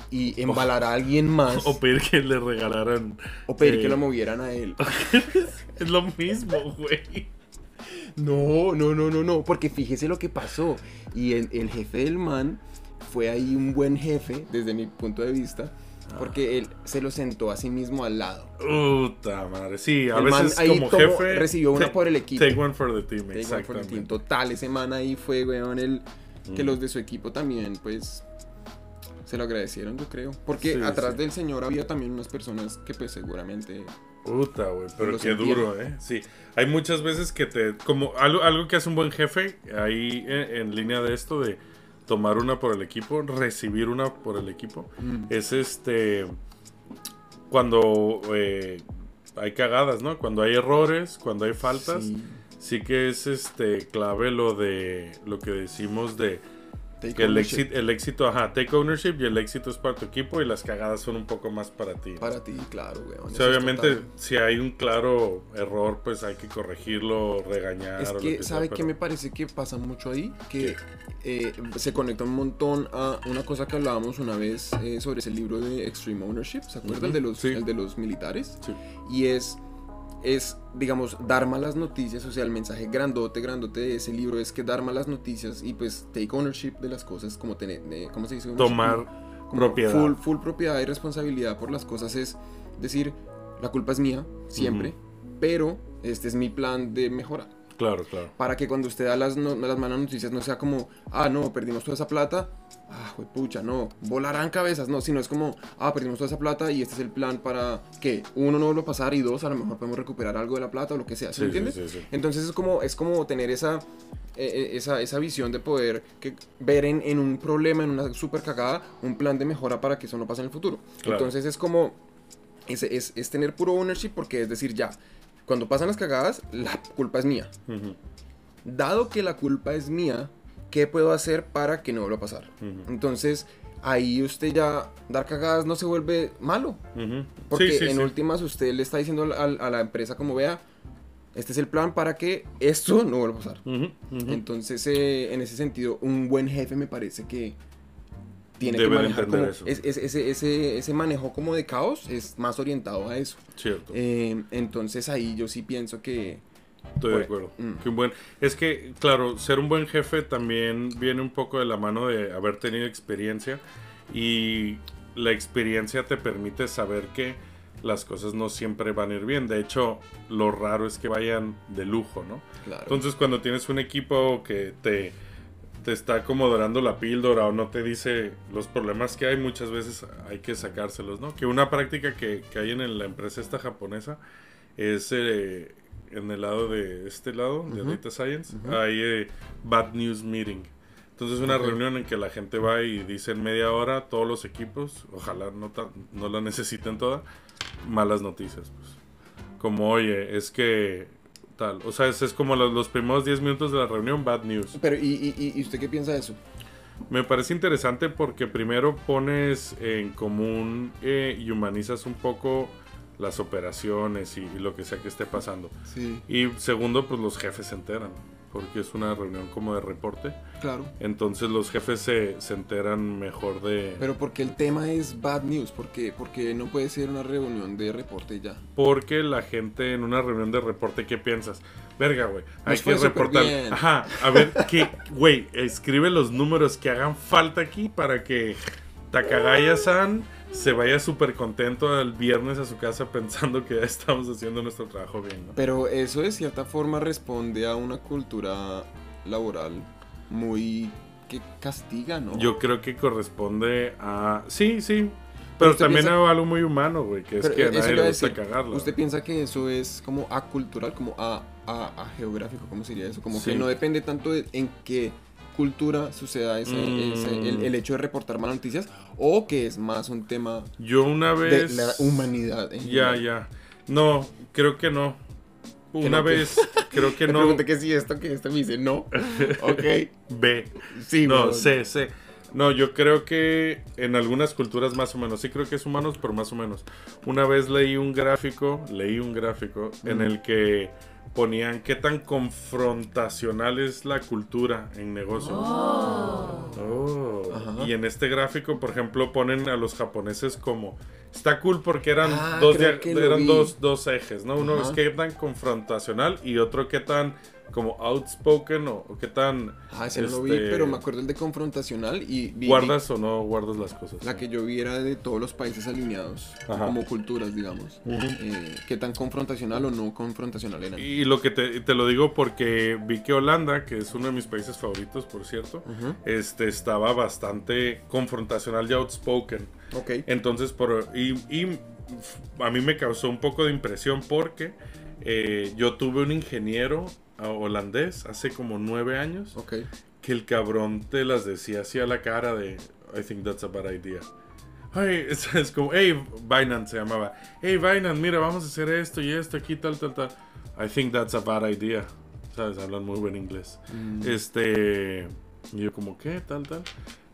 B: y embalar a alguien más
A: Oh. O
B: o,
A: pedir que le regalaran.
B: pedir
A: eh,
B: que lo movieran a él.
A: Es lo mismo, güey.
B: No, no, no, no, no, porque fíjese lo que pasó. Y el, el jefe del man fue ahí un buen jefe desde mi punto de vista,
A: Ah.
B: porque él se lo sentó a sí mismo al lado.
A: Puta madre. Sí, a
B: El man
A: veces
B: ahí
A: como
B: tomó-
A: jefe.
B: recibió una
A: ta-
B: por el equipo.
A: Take one for the team,
B: Take one for the
A: exactamente.
B: team. Total, ese man ahí fue, weón, el que
A: Mm.
B: los de su equipo también, pues, se lo agradecieron, yo creo. Porque
A: Sí,
B: atrás
A: sí.
B: del señor había también unas personas que, pues, seguramente...
A: Puta, güey, pero
B: Lo
A: qué duro, ¿eh? Sí, hay muchas veces que te... Como algo, algo que hace un buen jefe, ahí eh, en, línea de esto, de tomar una por el equipo, recibir una por el equipo, es este... Cuando eh, hay cagadas, ¿no? Cuando hay errores, cuando hay faltas, sí,
B: Sí,
A: que es este clave lo de lo que decimos de
B: take
A: que el
B: ownership
A: éxito, el éxito, ajá, take ownership y el éxito es para tu equipo y las cagadas son un poco más para ti. ¿no?
B: Para ti, claro, weón.
A: O
B: eso
A: sea,
B: es
A: obviamente,
B: total.
A: si hay un claro error, pues hay que corregirlo, regañar.
B: Es
A: o lo
B: que,
A: sea,
B: ¿sabe qué
A: pero-
B: me parece que pasa mucho ahí? Que eh, se conecta un montón a una cosa que hablábamos una vez eh, sobre ese libro de Extreme Ownership, ¿se acuerda? el, de los,
A: sí.
B: el de los militares.
A: Sí.
B: y es es digamos dar malas noticias o sea el mensaje grandote grandote de ese libro es que dar malas noticias y pues take ownership de las cosas como tener eh, cómo se dice ownership?
A: Tomar.
B: Como-
A: propiedad.
B: full, full propiedad y responsabilidad por las cosas es decir la culpa es mía siempre pero este es mi plan de mejora
A: Claro, claro.
B: para que cuando usted da las, no- las malas noticias no sea como, ah, no, perdimos toda esa plata, ah, pucha, no, volarán cabezas, no, sino es como, ah, perdimos toda esa plata y este es el plan para que uno no vuelva a pasar y dos, a lo mejor podemos recuperar algo de la plata o lo que sea, ¿sí,
A: Sí,
B: me entiende?
A: sí, sí, sí.
B: Entonces es como, es como tener esa, eh, eh, esa, esa visión de poder que, ver en, en un problema, en una super cagada, un plan de mejora para que eso no pase en el futuro.
A: Claro.
B: Entonces es como, es, es, es tener puro ownership porque es decir, ya, cuando pasan las cagadas, la culpa es mía.
A: Ujú,
B: Dado que la culpa es mía, ¿qué puedo hacer para que no vuelva a pasar?
A: Ujú.
B: Entonces, ahí usted ya dar cagadas no se vuelve malo.
A: ujú.
B: Porque
A: sí, sí,
B: en
A: sí.
B: últimas usted le está diciendo al- a la empresa como vea, este es el plan para que esto no vuelva a pasar.
A: Ujú, ujú.
B: Entonces, eh, en ese sentido, un buen jefe me parece que tiene
A: Debe de
B: que manejar
A: entender
B: como-
A: eso.
B: es- es- ese, ese- ese manejo como de caos es más orientado a eso.
A: Cierto.
B: Eh, entonces ahí yo sí pienso que...
A: Estoy de
B: Bueno,
A: acuerdo.
B: mm.
A: Que un buen, es que, claro, ser un buen jefe también viene un poco de la mano de haber tenido experiencia y la experiencia te permite saber que las cosas no siempre van a ir bien. De hecho, lo raro es que vayan de lujo, ¿no?
B: Claro.
A: Entonces, cuando tienes un equipo que te, te está como dorando la píldora o no te dice los problemas que hay, muchas veces hay que sacárselos, ¿no? Que una práctica que, que hay en la empresa esta japonesa es eh, en el lado de este lado, de
B: Ujú.
A: Data Science, hay eh, Bad News Meeting. Entonces, una
B: Ok.
A: reunión en que la gente va y dice en media hora todos los equipos, ojalá no, tan- no la necesiten toda, malas noticias, pues. Como, oye, es que tal. O sea, es, es como los, los primeros 10 minutos de la reunión, bad news.
B: Pero, ¿y, y- y, y usted qué piensa de eso?
A: Me parece interesante porque primero pones en común eh, y humanizas un poco las operaciones y, y lo que sea que esté pasando.
B: Sí,
A: Y segundo, pues los jefes se enteran, porque es una reunión como de reporte.
B: claro.
A: Entonces los jefes se, se enteran mejor de...
B: Pero porque el tema es bad news, porque, porque no puede ser una reunión de reporte y ya.
A: Porque la gente en una reunión de reporte, ¿qué piensas? Verga, güey. Hay
B: Nos
A: que
B: fue súper
A: reportar.
B: bien.
A: Ajá. A ver, ¿qué, güey? Escribe los números que hagan falta aquí para que Takagaya-san se vaya súper contento el viernes a su casa pensando que ya estamos haciendo nuestro trabajo bien, ¿no?
B: Pero eso de cierta forma responde a una cultura laboral muy que castiga, ¿no?
A: Yo creo que corresponde a. Sí, sí. Pero,
B: usted
A: también
B: piensa-
A: a algo muy humano, güey, que es
B: Pero
A: que a
B: eso
A: nadie
B: le iba
A: le
B: a
A: gusta
B: decir,
A: cagarla.
B: ¿Usted piensa que eso es como acultural, como a, a, a geográfico? ¿Cómo sería eso? Como
A: Sí.
B: que no depende tanto de en qué cultura suceda ese,
A: Mm.
B: ese- el, el hecho de reportar malas noticias o que es más un tema
A: Yo una
B: de
A: vez.
B: la humanidad. en
A: Ya,
B: general.
A: ya. No, creo que no. Una
B: no, que-
A: vez, creo que
B: Le
A: no.
B: pregunté que sí esto, que esto me dice no. ok.
A: B.
B: Sí,
A: No,
B: weón.
A: C, C. No, yo creo que en algunas culturas más o menos, sí creo que es humanos, pero más o menos. Una vez leí un gráfico, leí un gráfico en
B: Mm.
A: el que ponían qué tan confrontacional es la cultura en negocios. Oh.
B: Ajá.
A: Y en este gráfico, por ejemplo, ponen a los japoneses como... Está cool porque eran,
B: Ah,
A: dos,
B: creo
A: dia-
B: que lo
A: eran
B: vi.
A: dos, dos ejes, ¿no? Uno
B: Ajá.
A: es qué tan confrontacional y otro qué tan como outspoken o, o qué tan...
B: Ah, ese no lo vi,
A: este,
B: pero me acuerdo el de confrontacional y vi- vi
A: ¿Guardas o no guardas las cosas?
B: la que yo vi era de todos los países alineados,
A: Ajá.
B: como culturas, digamos. Eh, ¿Qué tan confrontacional o no confrontacional eran?
A: Y lo que te, te lo digo porque vi que Holanda, que es uno de mis países favoritos, por cierto,
B: Ujú.
A: este estaba bastante confrontacional y outspoken.
B: Ok.
A: Entonces, por, y, y a mí me causó un poco de impresión porque eh, yo tuve un ingeniero ah, holandés hace como nueve años
B: Ok.
A: que el cabrón te las decía así a la cara de I think that's a bad idea. Ay, es, es como, hey, Binance se llamaba. Hey, Binance, mira, vamos a hacer esto y esto aquí, tal, tal, tal. I think that's a bad idea. ¿Sabes? Hablan muy buen inglés.
B: Mm.
A: Este. Y yo, como, ¿qué? Tal, tal.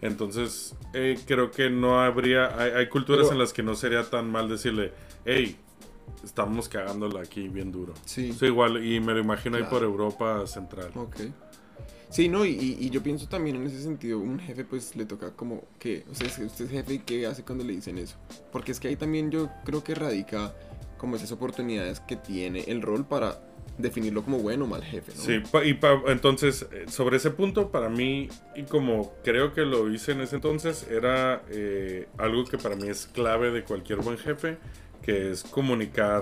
A: Entonces, eh, creo que no habría. Hay, hay culturas
B: Pero-
A: en las que no sería tan mal decirle, hey, estamos cagándola aquí bien duro.
B: Sí.
A: Sí, igual, y me lo imagino ahí
B: Claro.
A: por Europa Central.
B: Ok. Sí, no, y, y- y yo pienso también en ese sentido, un jefe pues le toca como que, o sea, es que usted es jefe y qué hace cuando le dicen eso. Porque es que ahí también yo creo que radica como esas oportunidades que tiene el rol para definirlo como bueno o mal jefe, ¿no?
A: Sí, pa- y pa- entonces, eh, sobre ese punto, para mí, y como creo que lo hice en ese entonces, era eh, algo que para mí es clave de cualquier buen jefe, que es comunicar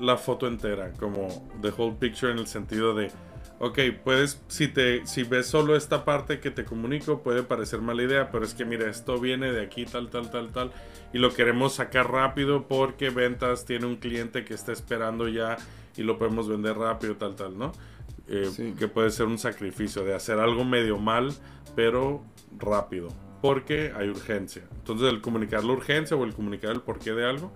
A: la foto entera, como the whole picture en el sentido de, ok, puedes, si, te, si ves solo esta parte que te comunico, puede parecer mala idea, pero es que mira, esto viene de aquí, tal, tal, tal, tal, y lo queremos sacar rápido porque ventas tiene un cliente que está esperando ya y lo podemos vender rápido, tal, tal, ¿no? Eh,
B: Sí.
A: Que puede ser un sacrificio de hacer algo medio mal, pero rápido, porque hay urgencia. Entonces, el comunicar la urgencia o el comunicar el porqué de algo,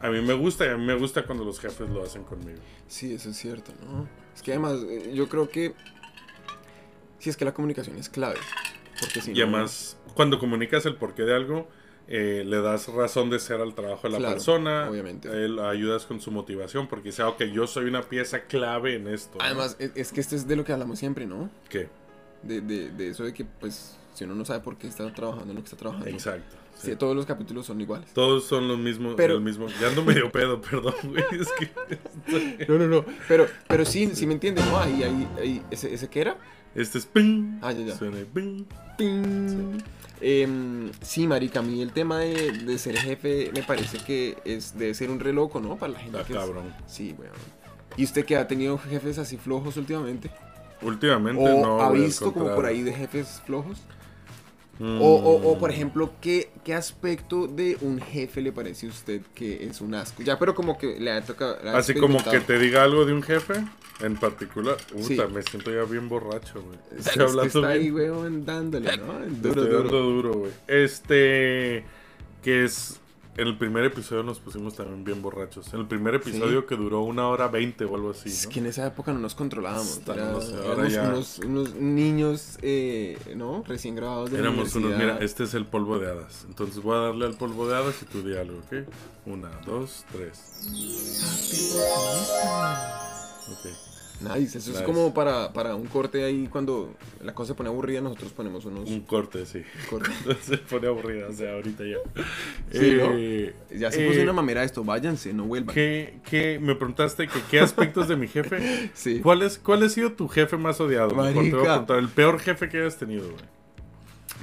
A: a mí me gusta y a mí me gusta cuando los jefes lo hacen conmigo.
B: Sí, eso es cierto, ¿no? Es que además eh, yo creo que, sí, es que la comunicación es clave. Porque si
A: Y
B: no-
A: además, cuando comunicas el porqué de algo, eh, le das razón de ser al trabajo de la
B: Claro,
A: persona.
B: obviamente.
A: eh, la ayudas con su motivación porque dice, "Ah, ok, yo soy una pieza clave en esto. ¿no?
B: Además, e, es, es que esto es de lo que hablamos siempre, ¿no?
A: ¿Qué?
B: De, de, de eso de que, pues, si uno no sabe por qué está trabajando en lo que está trabajando.
A: Exacto. sí.
B: Sí, todos los capítulos son iguales.
A: Todos son los mismos.
B: Pero-
A: el mismo. Ya ando medio pedo, perdón, güey. Es que.
B: No, no, no. Pero, pero sí, sí me entiende, ¿no? Ahí, ahí, ahí, ese, ese que era.
A: Este es ping.
B: Ah, ya, ya.
A: Suena el ping.
B: Ting. Em, sí, marica, a mí el tema de, de ser jefe me parece que es de ser un reloco, ¿no? Para la gente
A: Está
B: que es-
A: Ah, cabrón.
B: Sí, weón. ¿Y usted que ha tenido jefes así flojos últimamente?
A: Últimamente
B: ¿O
A: no.
B: ha
A: güey, al
B: visto como por
A: contrario.
B: ahí de jefes flojos?
A: Mm.
B: O, o- o, por ejemplo, ¿qué, ¿qué aspecto de un jefe le parece a usted que es un asco? Ya, pero como que le ha tocado... le ha
A: Así como que te
B: experimentado.
A: diga algo de un jefe en particular. Puta,
B: Sí.
A: me siento ya bien borracho, güey.
B: Es que
A: Estoy hablando
B: está
A: bien.
B: ahí, weón, dándole, ¿no?
A: Estoy
B: Duro,
A: dando
B: duro.
A: duro, güey. Este. Que es En el primer episodio nos pusimos también bien borrachos. En el primer episodio que duró una hora veinte o algo así.
B: Es
A: ¿no?
B: que en esa época no nos controlábamos.
A: Hasta
B: era-
A: no sé, ahora
B: éramos
A: ya-
B: unos, unos niños, eh, ¿no? Recién grabados de la
A: Éramos unos,
B: universidad.
A: mira, este es el polvo de hadas. Entonces voy a darle al polvo de hadas y tú di algo, ¿ok? Una, dos, tres. Ok.
B: Nice, eso es
A: Nice.
B: como para, para un corte ahí cuando la cosa se pone aburrida, nosotros ponemos unos
A: Un corte, sí.
B: cortes.
A: Se pone aburrida, o sea, ahorita ya.
B: Sí, ¿no?
A: Eh,
B: Ya se puso
A: eh,
B: una mamera esto, váyanse, no vuelvan.
A: ¿qué, qué- me preguntaste que qué aspectos de mi jefe?
B: Sí.
A: ¿Cuál, es, ¿Cuál ha sido tu jefe más odiado? Por favor, te voy a
B: Marica.
A: preguntar, el peor jefe que hayas tenido, güey.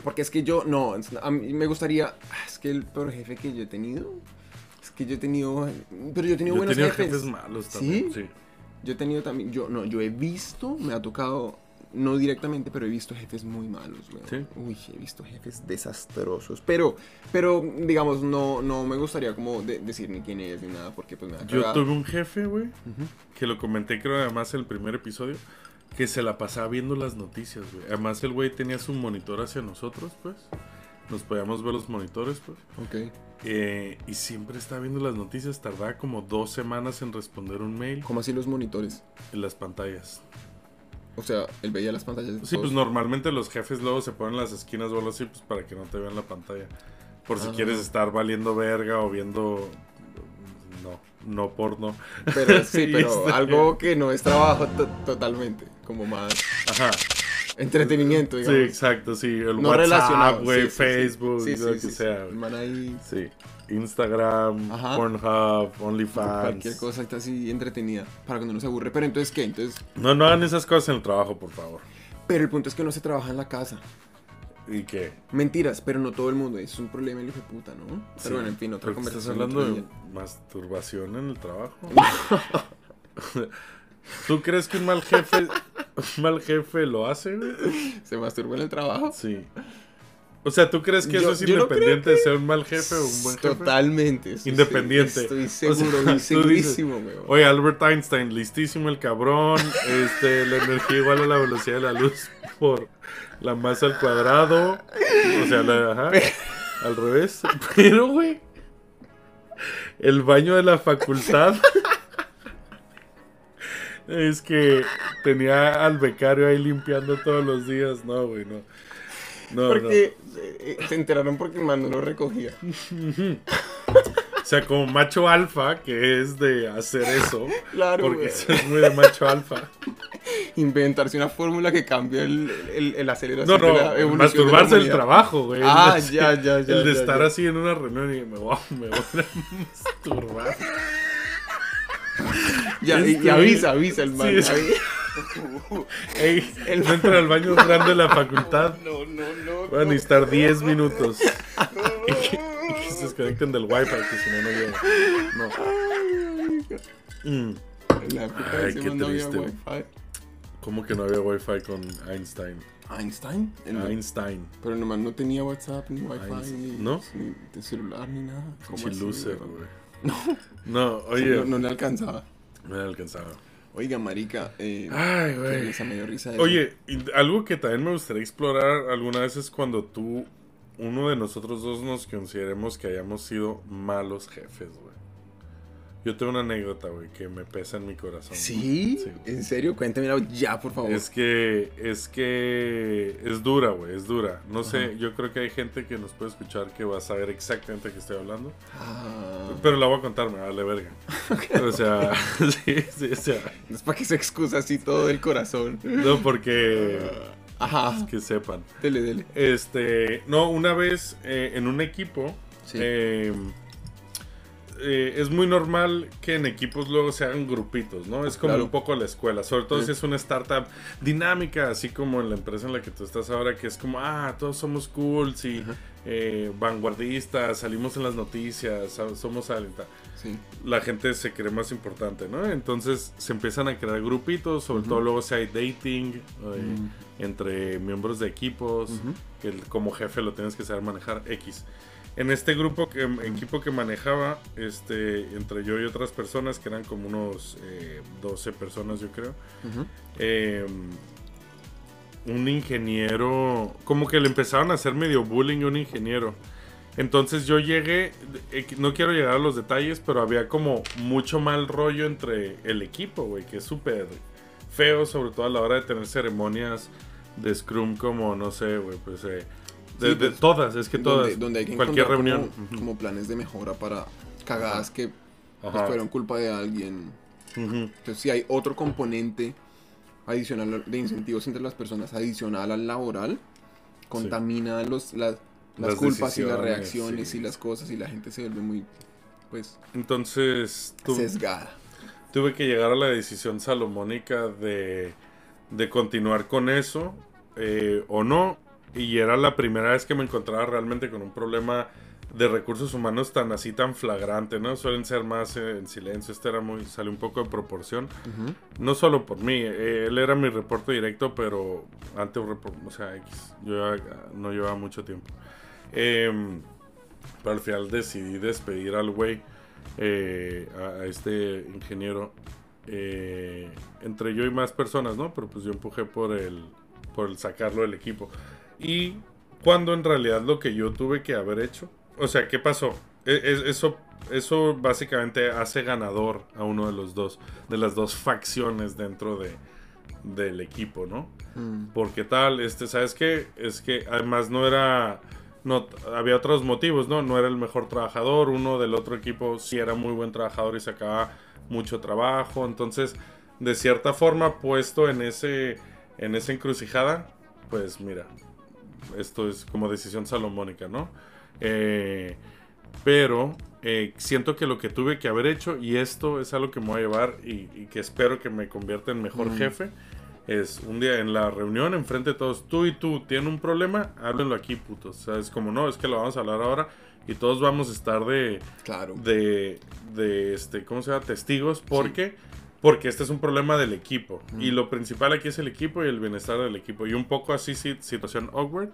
B: Porque es que yo, no, es- a mí me gustaría, ah, es que el peor jefe que yo he tenido, es que yo he tenido, pero yo he tenido
A: Yo he
B: buenos
A: tenido
B: jefes.
A: jefes malos también.
B: ¿Sí?
A: ¿Sí?
B: Yo he tenido también, yo no, yo he visto, me ha tocado, no directamente, pero he visto jefes muy malos, güey.
A: Sí.
B: Uy, he visto jefes desastrosos, pero, pero, digamos, no, no me gustaría como de- decir ni quién es ni nada, porque pues me da
A: Yo
B: cagada.
A: tuve un jefe, güey,
B: Ujú.
A: que lo comenté creo además el primer episodio, que se la pasaba viendo las noticias, güey. Además el güey tenía su monitor hacia nosotros, pues. Nos podíamos ver los monitores, pues.
B: Ok.
A: Eh, y siempre estaba viendo las noticias, tardaba como dos semanas en responder un mail
B: ¿Cómo así los monitores?
A: en las pantallas.
B: O sea, él veía las pantallas. de
A: Sí, pues
B: todos.
A: normalmente los jefes luego se ponen las esquinas o algo así, pues para que no te vean la pantalla. Por si
B: Ah.
A: quieres estar valiendo verga o viendo... No, no porno.
B: Pero sí,
A: Y
B: pero
A: este-
B: algo que no es trabajo to- totalmente, como más
A: Ajá.
B: entretenimiento,
A: Sí,
B: digamos.
A: exacto, sí. El
B: no
A: WhatsApp,
B: relacionado.
A: güey,
B: sí, sí, sí.
A: Facebook,
B: Sí, sí,
A: lo
B: sí,
A: que
B: sí.
A: sea.
B: El
A: güey.
B: man ahí,
A: Sí. Instagram,
B: Ajá.
A: Pornhub, OnlyFans.
B: cualquier cosa está así entretenida para cuando uno se aburre. Pero entonces, ¿qué? Entonces,
A: No, no hagan esas cosas en el trabajo, por favor.
B: pero el punto es que no se trabaja en la casa.
A: ¿Y qué?
B: Mentiras, pero no todo el mundo. Es un problema el hijo de puta, ¿no? Pero
A: Sí.
B: bueno, en fin, otra
A: Creo que
B: conversación.
A: Estás hablando
B: otro
A: de
B: día.
A: masturbación en el trabajo. ¿Tú crees que un mal jefe, un mal jefe lo hace? güey?
B: ¿Se masturba en el trabajo?
A: Sí. O sea, ¿tú crees que
B: Yo-
A: eso es
B: yo no creo
A: independiente de ser un mal jefe o un buen jefe?
B: Totalmente. estoy-
A: Independiente.
B: Estoy
A: O sea,
B: seguro,
A: tú
B: estoy
A: dices,
B: segurísimo, weón.
A: Oye, Albert Einstein, listísimo el cabrón. Este, la energía igual a la velocidad de la luz por la masa al cuadrado. O sea, la- ajá, al revés. Pero, güey, el baño de la facultad es que tenía al becario ahí limpiando todos los días. No, güey, no. No,
B: Porque eh, eh, se enteraron porque el man no lo recogía.
A: no. O sea, como macho alfa, que es de hacer eso.
B: Claro,
A: Porque
B: güey.
A: eso es muy de macho alfa.
B: Inventarse una fórmula que cambie el, el, el
A: No,
B: aceleración de la
A: no,
B: evolución
A: masturbarse
B: de la
A: el
B: humanidad.
A: trabajo, güey.
B: Ah,
A: El de-
B: ya, ya, ya,
A: El de
B: ya,
A: estar
B: ya.
A: así en una reunión y me voy, me voy a masturbar.
B: Ya, y- y,
A: Este-
B: avisa, avisa el man.
A: Sí, es-
B: avi-
A: Ey, no entra al baño grande de la facultad.
B: No, no, no.
A: Van a necesitar 10 minutos. Y que, y que se desconecten del wifi, que si no, no llega. No. Mm,
B: La época
A: Ay,
B: de ese
A: qué
B: man no había
A: triste, güey.
B: wifi.
A: ¿Cómo que no había wifi con Einstein?
B: Einstein. El-
A: Einstein.
B: Pero nomás no tenía WhatsApp, ni wifi,
A: Einstein.
B: ni,
A: ¿No?
B: ni de celular, ni nada. ¿Cómo así,
A: Chiluser,
B: weón?
A: güey.
B: No,
A: No,
B: no,
A: oye,
B: no le alcanzaba.
A: me he alcanzado.
B: Oiga, marica, eh,
A: Ay, Ah,
B: que
A: güey.
B: risa, me dio risa eso.
A: Oye, y algo que también me gustaría explorar alguna vez es cuando tú, uno de nosotros dos, nos consideremos que hayamos sido malos jefes, güey. Yo tengo una anécdota, güey, que me pesa en mi corazón.
B: ¿Sí? Oh.
A: Sí.
B: ¿En serio? Cuéntemela ya, por favor.
A: Es que, es que, es dura, güey, es dura. No sé, yo creo que hay gente que nos puede escuchar que va a saber exactamente de qué estoy hablando.
B: Ah,
A: Pero la voy a contar, me vale verga. O sea, sí, sí, o sea,
B: es para que se excusa así todo el corazón.
A: no porque
B: Ah. Ajá.
A: Eh, que sepan.
B: Dele, dele.
A: Este, no, una vez eh, en un equipo,
B: Sí.
A: eh, eh, es muy normal que en equipos luego se hagan grupitos, ¿no? Es como
B: Claro.
A: un poco la escuela, sobre todo si es una startup dinámica, así como en la empresa en la que tú estás ahora, que es como, ah, todos somos cool, sí, eh, vanguardistas, salimos en las noticias, so- somos alenta
B: Sí.
A: la gente se cree más importante, ¿no? Entonces se empiezan a crear grupitos, sobre todo luego si hay dating eh,
B: Mm.
A: entre miembros de equipos, que el- como jefe lo tienes que saber manejar X. En este grupo que, equipo que manejaba, este, entre yo y otras personas, que eran como unos eh, 12 personas yo creo,
B: Ujú.
A: eh, un ingeniero, como que le empezaron a hacer medio bullying a un ingeniero. Entonces yo llegué, eh, no quiero llegar a los detalles, pero había como mucho mal rollo entre el equipo, güey, que es súper feo, sobre todo a la hora de tener ceremonias de Scrum como, no sé, güey, pues... eh, de,
B: Sí,
A: de
B: pues,
A: todas, es que todas.
B: donde, donde hay que
A: cualquier
B: encontrar
A: reunión.
B: como,
A: Ujú.
B: como planes de mejora para cagadas que pues,
A: Ajá.
B: fueron culpa de alguien.
A: Ujú.
B: Entonces, si hay otro componente adicional de incentivos entre las personas, adicional al laboral, contamina los, las, las
A: Las
B: culpas y las
A: decisiones,
B: reacciones
A: sí.
B: y las cosas y la gente se vuelve muy, pues,
A: Entonces tu-
B: sesgada.
A: tuve que llegar a la decisión salomónica de, de continuar con eso eh, o no. Y era la primera vez que me encontraba realmente con un problema de recursos humanos tan así, tan flagrante, ¿no? Suelen ser más eh, en silencio, este era muy, sale un poco de proporción.
B: Ujú.
A: No solo por mí, eh, él era mi reporte directo, pero antes, repo- o sea, X, yo ya- no llevaba mucho tiempo. Em, pero al final decidí despedir al güey, eh, a, a este ingeniero, eh, entre yo y más personas, ¿no? Pero pues yo empujé por el, por el sacarlo del equipo. Y cuando en realidad lo que yo tuve que haber hecho, o sea, ¿qué pasó? E- es- eso, eso básicamente hace ganador a uno de los dos, de las dos facciones dentro de, del equipo, ¿no?
B: Mm.
A: porque tal, este, ¿sabes qué? Es que además no era, no, había otros motivos, ¿no? No era el mejor trabajador, uno del otro equipo sí era muy buen trabajador y sacaba mucho trabajo, entonces, de cierta forma, puesto en ese, en esa encrucijada, pues mira, esto es como decisión salomónica, ¿no? Eh, pero eh, siento que lo que tuve que haber hecho, y esto es algo que me voy a llevar y, y que espero que me convierta en mejor
B: Mm.
A: jefe, es un día en la reunión, enfrente de todos, tú y tú tienen un problema, háblenlo aquí, putos. O sea, es como no, es que lo vamos a hablar ahora y todos vamos a estar de,
B: Claro.
A: de, de, este, ¿cómo se llama? Testigos, porque porque este es un problema del equipo y lo principal aquí es el equipo y el bienestar del equipo y un poco así si- situación awkward,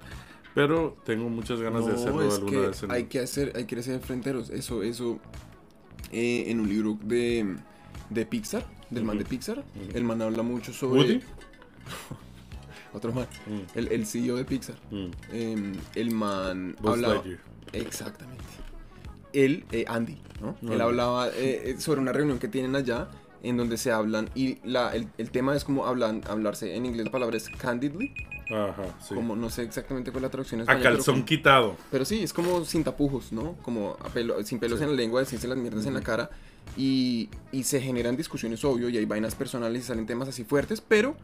A: pero tengo muchas ganas de hacerlo
B: No, es
A: alguna
B: que
A: vez. en-
B: hay que hacer, hay que hacer fronteros. Eso, eso, eh, en un libro de, de Pixar, del man de
A: Ujú.
B: Pixar,
A: Ujú.
B: el man habla mucho sobre
A: Woody.
B: otro man,
A: Mm,
B: el, el CEO de Pixar.
A: mm.
B: Eh, el man
A: Buzz
B: hablaba,
A: Lightyear.
B: exactamente. Él, eh, Andy, ¿no? Él
A: Andy.
B: hablaba eh, eh, sobre una reunión que tienen allá en donde se hablan y la, el, el tema es como hablan, hablarse en inglés la palabra es candidly,
A: Ajá, sí.
B: como no sé exactamente cuál es la traducción
A: A
B: española, pero
A: calzón
B: como-
A: quitado.
B: Pero sí, es como sin tapujos, ¿no? Como a pelo- sin pelos en la lengua, decirse las mierdas en la cara. Y, y se generan discusiones, obvio, y hay vainas personales y salen temas así fuertes, pero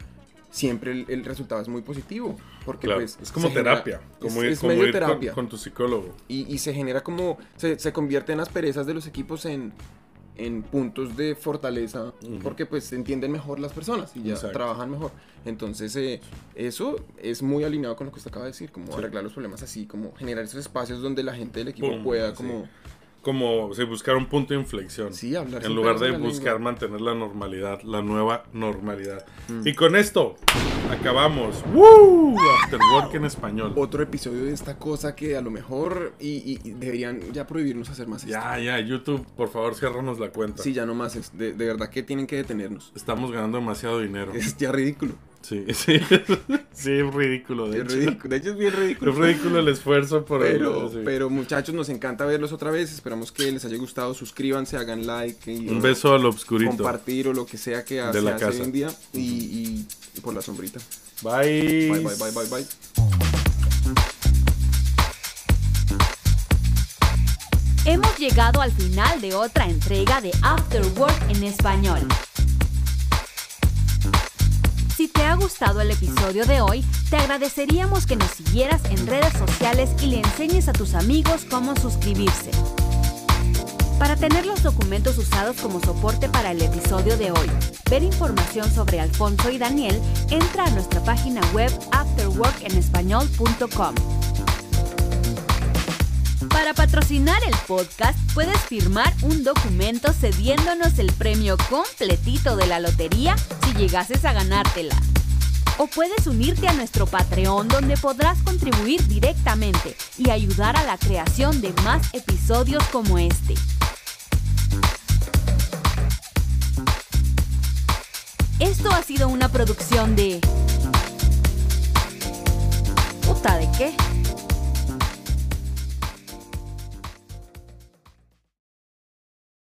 B: siempre el, el resultado es muy positivo. Porque
A: Claro,
B: pues,
A: es como
B: se genera-
A: terapia, como
B: es,
A: ir,
B: es
A: como
B: medio
A: ir con-
B: terapia.
A: Con, tu psicólogo.
B: Y, y se genera como, se, se convierte en las perezas de los equipos en, en puntos de fortaleza,
A: Ujú.
B: porque pues se entienden mejor las personas y ya
A: Exacto.
B: trabajan mejor. Entonces eh, eso es muy alineado con lo que usted acaba de decir, como
A: Sí.
B: arreglar los problemas así, como generar esos espacios donde la gente del equipo
A: Pum,
B: pueda
A: sí.
B: como,
A: Como si buscar un punto de inflexión.
B: sí, hablar.
A: en
B: sin
A: lugar
B: pelos
A: de
B: la lengua.
A: buscar mantener la normalidad, la nueva normalidad.
B: Mm.
A: Y con esto acabamos. ¡Woo! After Work en español.
B: Otro episodio de esta cosa que a lo mejor y, y- y deberían ya prohibirnos hacer más esto.
A: Ya, ya, YouTube, por favor, ciérranos la cuenta.
B: Sí, ya no más, es- de, de verdad que tienen que detenernos.
A: Estamos ganando demasiado dinero.
B: Es ya ridículo.
A: Sí, sí. sí, es ridículo, de
B: Es
A: hecho.
B: ridículo. De hecho es bien ridículo.
A: Es ridículo el esfuerzo por el-
B: Pero,
A: sí.
B: pero muchachos, nos encanta verlos otra vez. Esperamos que les haya gustado. Suscríbanse, hagan like. Y,
A: Un beso al obscurito.
B: Compartir o lo que sea que
A: De
B: se
A: la
B: hace
A: casa.
B: hoy en día. Y, y por la sombrita.
A: Bye.
B: Bye, bye, bye, bye, bye.
D: Hemos llegado al final de otra entrega de After Work en español. Si te ha gustado el episodio de hoy, te agradeceríamos que nos siguieras en redes sociales y le enseñes a tus amigos cómo suscribirse. Para tener los documentos usados como soporte para el episodio de hoy, ver información sobre Alfonso y Daniel, entra a nuestra página web afterworkenespañol.com. Para patrocinar el podcast puedes firmar un documento cediéndonos el premio completito de la lotería si llegases a ganártela. O puedes unirte a nuestro Patreon donde podrás contribuir directamente y ayudar a la creación de más episodios como este. Esto ha sido una producción de... ¿Puta de qué?